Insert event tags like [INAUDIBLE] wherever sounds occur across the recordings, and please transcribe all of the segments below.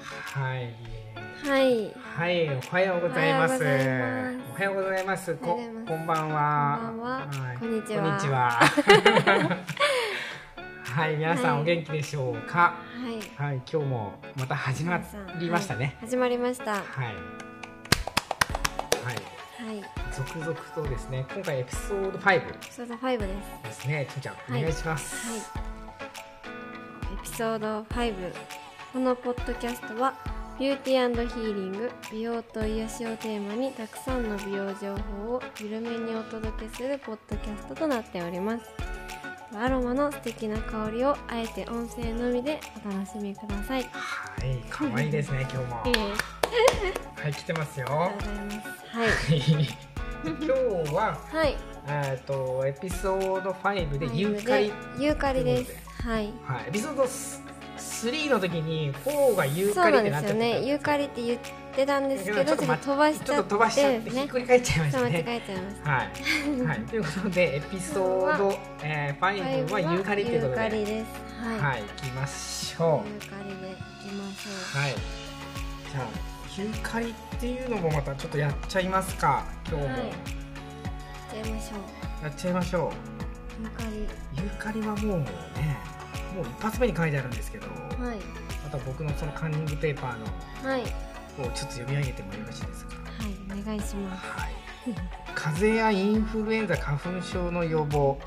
はい。はい。はい、おはようございます。おおははようございます。おこはようございますこんばんは。こんばんはいこんにちはこんにちは。 [LAUGHS] はい、皆さんはいお元気でしょうか。はい。はい、今日もまた始まりましたね。始まりました。ははい。はい。い。続々とですね、今回エピソード5エピソード5でですね。ちょんちゃん、いお願いします。す。はい。エピソード5。このポッドキャストは、ビューティーヒーリング、美容と癒しをテーマに、たくさんの美容情報を緩めにお届けするポッドキャストとなっております。アロマの素敵な香りを、あえて音声のみでお楽しみください。はい、可愛いですね、今日も。ええはい、来てますよ。あはりがとうございます。はい。 [LAUGHS] い今日は。はい。えっとエピソード5で誘拐、ユーカリです。はい。はい、エピソード3の時に4が誘そう拐なっんてでなっちゃっすよたね。ユーカリって言ってたんですけど、ちょっとま飛ばしちちょゃっっと飛ばしちゃっててですひっね。くり返っちゃいましそうた間違ね。えちゃいましはい、はい、ということでエピソード、えー、た。 5はユーカリということで、ユはーカリい、です。はい。行きましょユう。ーカリでいきましょはい、じゃあユーカリっていうのもまたちょっとやっちゃいますか。今日も、はいいう。やっちゃいましょう。やっちゃいましょユーカリ。う。ユーカリはもうね、もう一発目に書いてあるんですけど。はい。また僕のそのカンニングペーパーのはい。はい。をちょっと読み上げてもよろしいですかお願いします。はい風邪やインフルエンザ花粉症の予防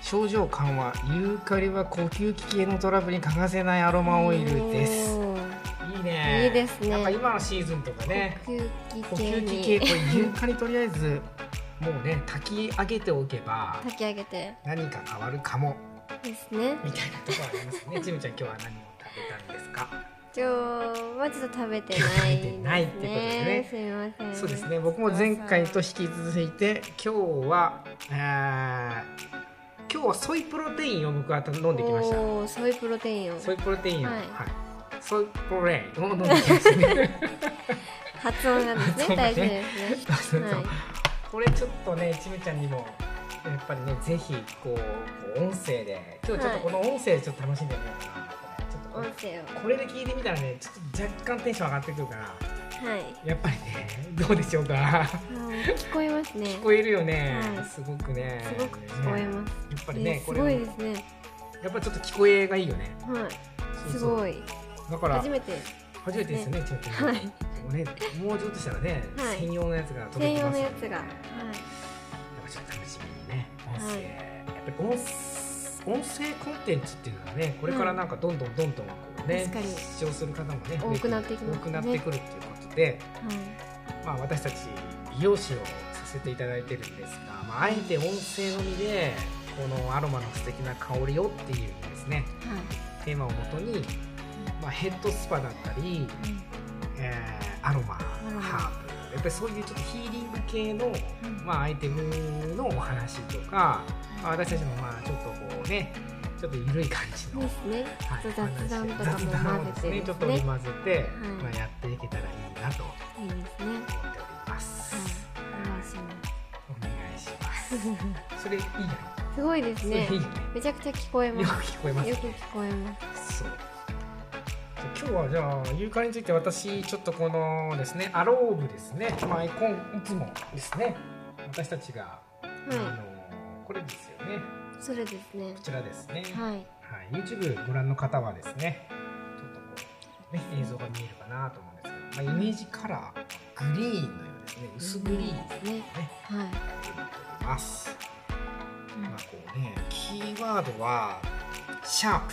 症状緩和ユーカリは呼吸器系のトラブルに欠かせないアロマオイルですおー。いいねいいですねやっぱ今のシーズンとかね呼呼吸器系吸器系こに。れユーカリとりあえずもうね炊き上げておけば炊き上げて。何か変わるかもですね。みたいなところありますねちむちゃん今日は何を食べたんですか今日はちょっ [LAUGHS] と食べてないです食べてないってことでみません。そうです。ね僕も前回と引き続いて今日はあー今日はソイプロテインを僕は飲んできましたおーソイプロテインをソイプロテインを、ははいいソイプロテインを飲んできま [LAUGHS] したね発音 [LAUGHS] がです発音がねね大事ですそうそうね。そうはい。これちょっとねちむちゃんにもやっぱりねぜひこうこう音声で今日ちょっとこの音声ちょっと楽しんでみようかなちょっとこ音れ声をこれで聞いてみたらねちょっと若干テンション上がってくるからはい。やっぱりね [LAUGHS] どうでしょうかあー聞こえますね。聞こえるよね、はいすごくねすごく聞こえます。やっぱりね、えーこすれごいですね。やっぱちょっと聞こえがいいよね。はい。そすうそうごい。だから初初めめててですよね、ちょっとね。はいもうね、もうちょっとしたらね、はい専用のやつが届専き用まのすやんつでが。はやっぱちょっと楽しみにね。音声、はいやっぱり音音声コンテンツっていうのはね、これからなんかどんどんどんどんこうね、確かに視聴する方もね、多くなってきますね多くなってくるっていうことで、い。まあ私たち美容師をさせていただいてるんですが、まああえて音声のみでこのアロマの素敵な香りをっていうですね。はい。テーマをもとに、まあ、ヘッドスパだったり、えーアロマ、ロマハーブやっぱりそういうちょっとヒーリング系の、んまあ、アイテムのお話とか、まあ、私たちもまあちょっとこうねちょっと緩い感じうんの、ではすね。いちょっと雑談とか話も雑談を混ですぜねてちょっですと織りね。交ぜて、いまあ、やっていけたらいいなと思いいですね。っております、はい。お願いしまお願いしますす。それいいよねすごいですそれいねい。よねめちゃくちゃ聞こえよまくす。聞こえますよく聞こえます。そう今日はじゃあユーカリについて私ちょっとこのですねアローブですねまあいこんいつもですね私たちが、あはのこれですよねい。それですねこ。ちらですね、はいはい。 YouTube ご覧の方はですねちょっとこう、ね、映像が見えるかなと思うんですけど、まあ、イメージカラーグリーンのようですね薄グリーンをね。ねはい。やっております、まあこうねキーワードはシャー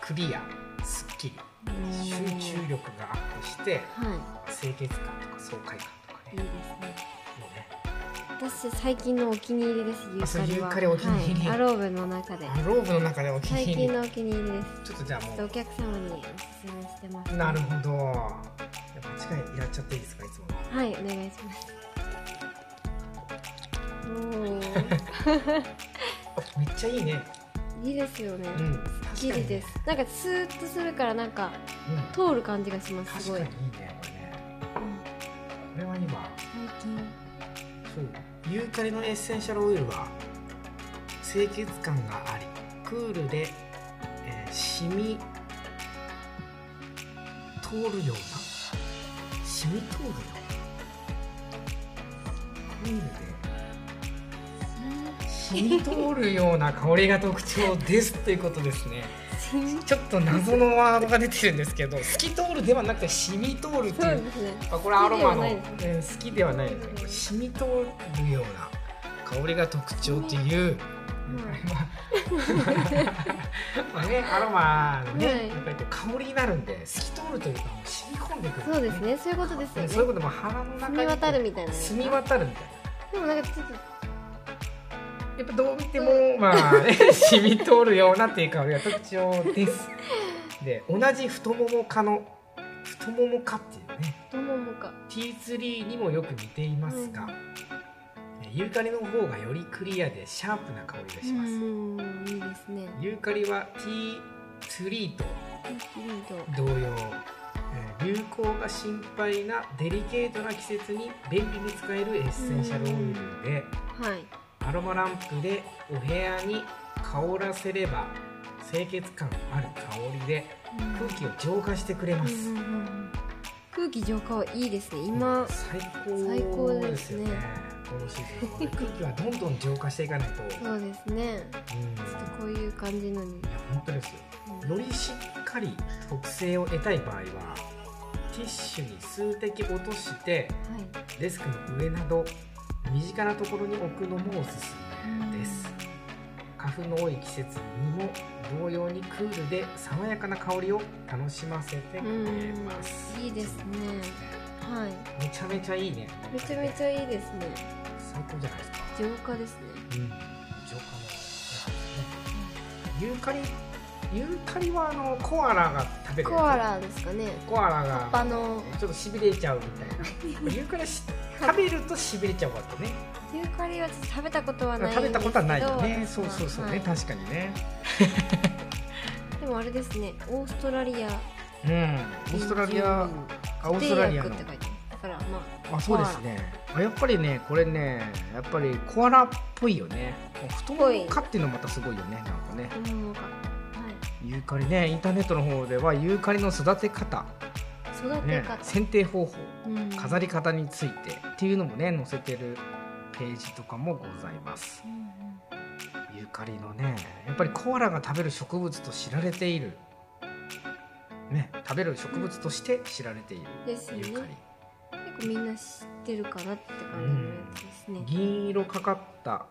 プクリアスッキリうん集中力がアップしては清潔感とか爽快感とかい。いいでね、すね。もうね私最近のお気に入りです。ユあそうーカリユーカリは。お気に入りはい。アローブの中で。あローブの中でお気最に入り近のお気に入りです。ちょっとじゃあちょっもとお客様にお勧めしてます。うなるほど間違いやっちゃっていいですかいつものはい、お願いし [LAUGHS] ます。あめっちゃいいねおお、いいですよね。うん綺麗です。なんかスーッとするからなんか確通る感じがします。すかに、うん、確かにいいねこれねこれごい。うんは今最近そうユーカリのエッセンシャルオイルは清潔感がありクールで、えー、シミ通るような染み通るようなオイルで染み通るような香りが特徴ですということですねちょっと謎のワードが出てるんですけど透き通るではなくて染み通るとそういでうすねあこれアロマの好きではないえー好きではないですね染み通るような香りが特徴という、 [LAUGHS] まあねアロマのね、はいやっぱりこう香りになるんで透き通るというかもう染み込んでくるんそうですねそういうことでうんすそういうこよねとも腹の中澄み渡るみたいな澄み渡るみたいなでもなんかちょっとやっぱどう見てもまあね [LAUGHS] 染み通るようなっていう香りが特徴ですで同じ太もも科の太もも科っていうね太ももか T3 にもよく似ていますが、えユーカリの方がよりクリアでシャープな香りがうします、んいいですねユーカリは T3 といいと同様、えー流行が心配なデリケートな季節に便利に使えるエッセンシャルオイルで、はいアロマランプでお部屋に香らせれば清潔感ある香りで空気を浄化してくれます、うんうんうんうん空気浄化はいいですね今最最高高でですすねよねこのシーズンは空気はどんどん浄化していかないと、うん、いそうですねやちょっとこういう感じのに、本当ですようんよりしっかり特性を得たい場合はティッシュに数滴落としてはいデスクの上など身近なところに置くのもおすすめです花粉の多い季節にも同様にクールで爽やかな香りを楽しませてくれうんますいいですねはいめちゃめちゃいいねめちゃめちゃいいですね最高じゃないですか浄化ですねうん、浄化のやつですね。ユーカリ、ユーカリはあのコアラが食べるやつコア、ラですかねコアラ葉っぱがのちょっとしびれちゃうみた [LAUGHS] いな。ユーカリし食べるとしびれちゃうわけね。ユーカリはちょっと食べたことはないん食べたことはないよね。ですそけうどそうそうね、はい確かにね。でもあれですねオーストラリアうん、オーストラリア、あオーストラリアのって書いてますだからまあそうですねあやっぱりねこれねやっぱりコアラっぽいよね太ももかっていうのもまたすごいよねなんかねあ太ももがはユーカリねインターネットの方ではユーカリの育て方い育てね方、剪定方法うん飾り方についてっていうのもね載せてるページとかもございますうんゆかりのねやっぱりコアラが食べる植物と知られているね食べる植物として知られているうんですよゆねか結構みんな知ってるかなって感じのやつですねり銀色かかった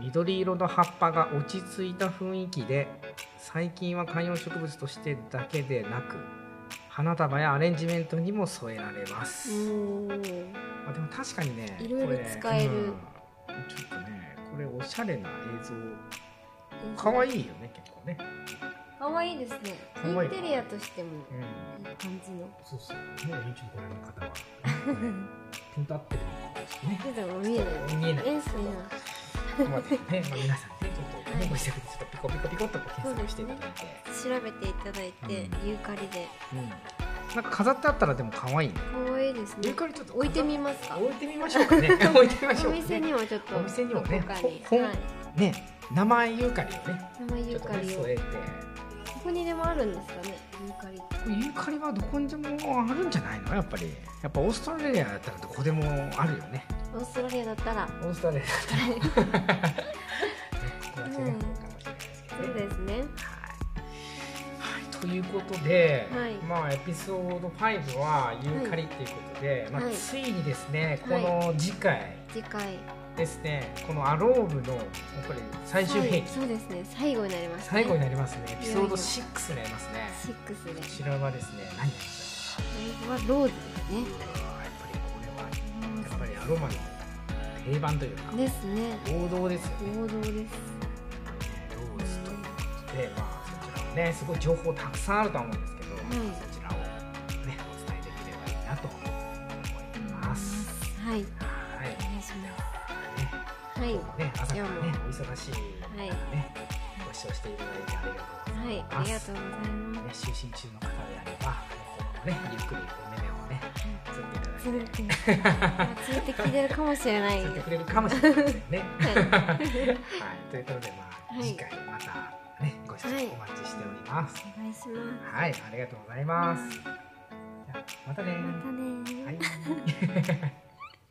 緑色の葉っぱが落ち着いた雰囲気で最近は観葉植物としてだけでなく花束やアレンジメントにも添えられます、おまあ、でも確かにねいろいろこれ使えるうんちょっとねこれおしゃれな映ー像かわいいよね結構ね、かわいいですねかわイいンいテリアとしてもうん、いい感じ [LAUGHS] のそうそうね YouTube ご覧の方はこれピント合ってるのかもしれないけど見え見ないえないえーそうここまでね、まあ、皆さんねちょっと、はねいご自宅でちょっとピコピコピコっとこう検索していただいて調べていただいて、うユーカリでうん、なんか飾ってあったらでも可愛いねかわいいですゆねかりちょっと置いてみまますか置いてみましょうかね置いてみましおょうかね店にもちょっとお店にもねどこかにほほんはい、ね名前ゆかりをね生ちユょっーとカねリを添えてここにでもあるんですかねユーカリってこれユーカリはどこにでもあるんじゃないのやっぱりやっぱオーストラリアだったらどこでもあるよねオーストラリアだったらオーストラリアだったら [LAUGHS] ねここは違うのかもしれないですけどねそうですねはい、はい、ということで、はいまあエピソード5はユーカリっていうことで、まあはいついにですねこはいの次回次回ですね、このアローブのやっぱり最終兵器、はいそうですね最後になりますね最後にななりますねエピソード6になりますね6でこちらはですね何になりますか最後はローズですねうわーやっぱりこれはやっぱりアロマの定番というか、ですね王道ですよね。王道ロですーズということで、まあ、そちらもね、すごい情報たくさんあるとは思うんですけど、はいそちらをね、お伝えできればいいなと思います。ははいい。お願いしでまはすはいね、ね、朝から今ね、お忙しい中ね、ご視聴していただいてありがとうござはいいます。ありがとうございますね、就寝中の方であれば、今後もね、ゆっくりお目々をね、つっていただいて続きに続いて聞いてるかもしれないついてはくれるかもしれませんね。[LAUGHS] いはい、ということで、まあ、はい次回またね、ご視聴お待ちしております。お願いしますはい、ありがとうございます。またねまたねーはい